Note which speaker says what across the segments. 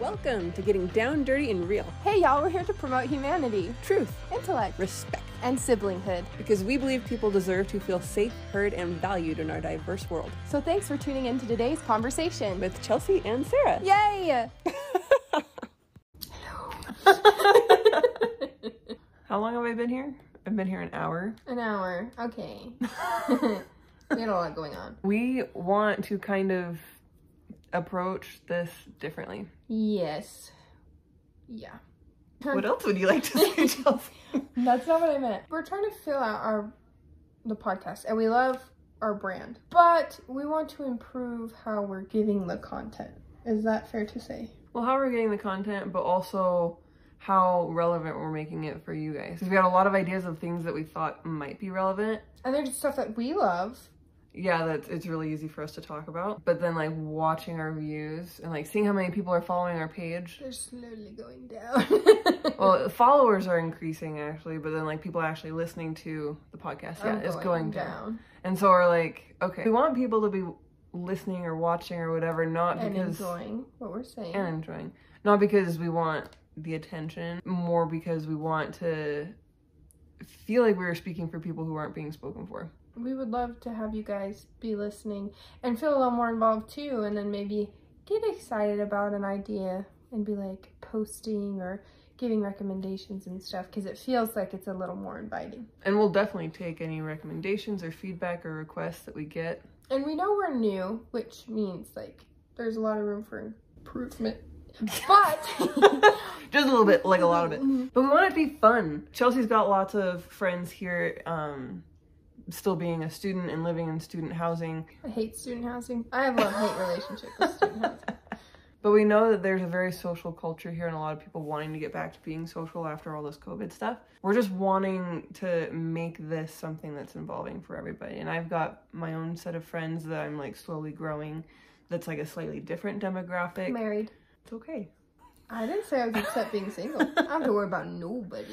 Speaker 1: Welcome to Getting Down, Dirty, and Real.
Speaker 2: Hey y'all, we're here to promote humanity,
Speaker 1: Truth,
Speaker 2: intellect,
Speaker 1: respect,
Speaker 2: and siblinghood.
Speaker 1: because we believe people deserve to feel safe, heard, and valued in our diverse world.
Speaker 2: So thanks for tuning in to today's conversation.
Speaker 1: With Chelsea and Sarah.
Speaker 2: Yay!
Speaker 3: How long have I been here? I've been here an hour.
Speaker 2: An hour. Okay. we had a lot going on.
Speaker 3: We want to kind of approach this differently.
Speaker 2: Yes. Yeah.
Speaker 3: What else would you like to say, Chelsea?
Speaker 2: That's not what I meant. We're trying to fill out our the podcast and we love our brand. But we want to improve how we're giving the content. Is that fair to say?
Speaker 3: Well, how we're getting the content, but also how relevant we're making it for you guys. 'Cause We had a lot of ideas of things that we thought might be relevant.
Speaker 2: And there's stuff that we love.
Speaker 3: Yeah, that's it's really easy for us to talk about. But then like watching our views and like seeing how many people are following our page.
Speaker 2: They're slowly going down.
Speaker 3: Well, followers are increasing actually, but then like people actually listening to the podcast, yeah,
Speaker 2: I'm
Speaker 3: it's going down. And so we're like, okay, we want people to be listening or watching or whatever, not
Speaker 2: and
Speaker 3: because
Speaker 2: enjoying what we're saying.
Speaker 3: and enjoying, not because we want the attention, more because we want to feel like we are speaking for people who aren't being spoken for.
Speaker 2: we would love to have you guys be listening and feel a little more involved too, and then maybe get excited about an idea and be like posting or giving recommendations and stuff because it feels like it's a little more inviting.
Speaker 3: And we'll definitely take any recommendations or feedback or requests that we get.
Speaker 2: And we know we're new, which means like there's a lot of room for improvement. But
Speaker 3: Just a little bit, like a lot of it. But we want it to be fun. Chelsea's got lots of friends here, um, still being a student and living in student housing.
Speaker 2: I hate student housing. I have a love hate relationship with student housing.
Speaker 3: But we know that there's a very social culture here and a lot of people wanting to get back to being social after all this COVID stuff. We're just wanting to make this something that's involving for everybody. And I've got my own set of friends that I'm like slowly growing that's like a slightly different demographic.
Speaker 2: Married.
Speaker 3: It's okay.
Speaker 2: I didn't say I was upset being single. I don't have to worry about nobody.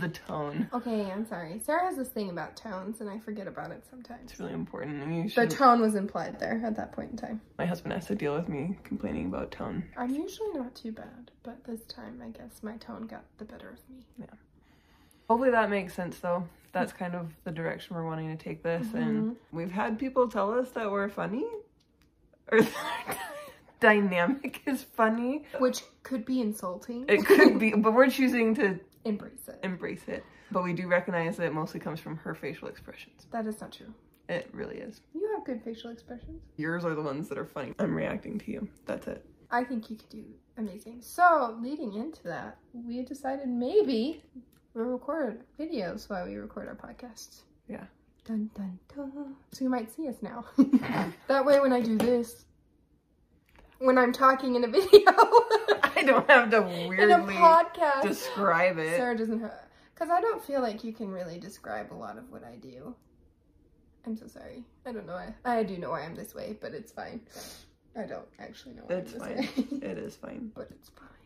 Speaker 3: The tone.
Speaker 2: Okay, I'm sorry. Sarah has this thing about tones, and I forget about it sometimes.
Speaker 3: It's really important. And you
Speaker 2: The
Speaker 3: should,
Speaker 2: tone was implied there at that point in time.
Speaker 3: my husband has to deal with me complaining about tone.
Speaker 2: I'm usually not too bad, but this time I guess my tone got the better of me.
Speaker 3: Hopefully that makes sense though.
Speaker 2: Mm.
Speaker 3: That's kind of the direction we're wanting to take this. And
Speaker 2: Mm-hmm.
Speaker 3: we've had people tell us that we're funny or that dynamic is funny.
Speaker 2: Which could be insulting.
Speaker 3: It could be, but we're choosing to
Speaker 2: Embrace it.
Speaker 3: embrace it. But we do recognize that it mostly comes from her facial expressions.
Speaker 2: That is not true.
Speaker 3: It really is.
Speaker 2: You have good facial expressions.
Speaker 3: Yours are the ones that are funny. I'm reacting to you. That's it.
Speaker 2: I think you could do amazing. So, leading into that, we decided maybe we'll record videos while we record our podcasts.
Speaker 3: Yeah.
Speaker 2: Dun dun dun. So you might see us now. that way, when I do this, when I'm talking in a video,
Speaker 3: I don't have to
Speaker 2: in a
Speaker 3: weirdly
Speaker 2: podcast,
Speaker 3: describe it.
Speaker 2: Sarah doesn't have. Because I don't feel like you can really describe a lot of what I do. I'm so sorry. I don't know why. I do know why I'm this way, but it's fine. I don't actually know why
Speaker 3: That's
Speaker 2: I'm
Speaker 3: fine.
Speaker 2: this way.
Speaker 3: It is fine.
Speaker 2: but it's fine.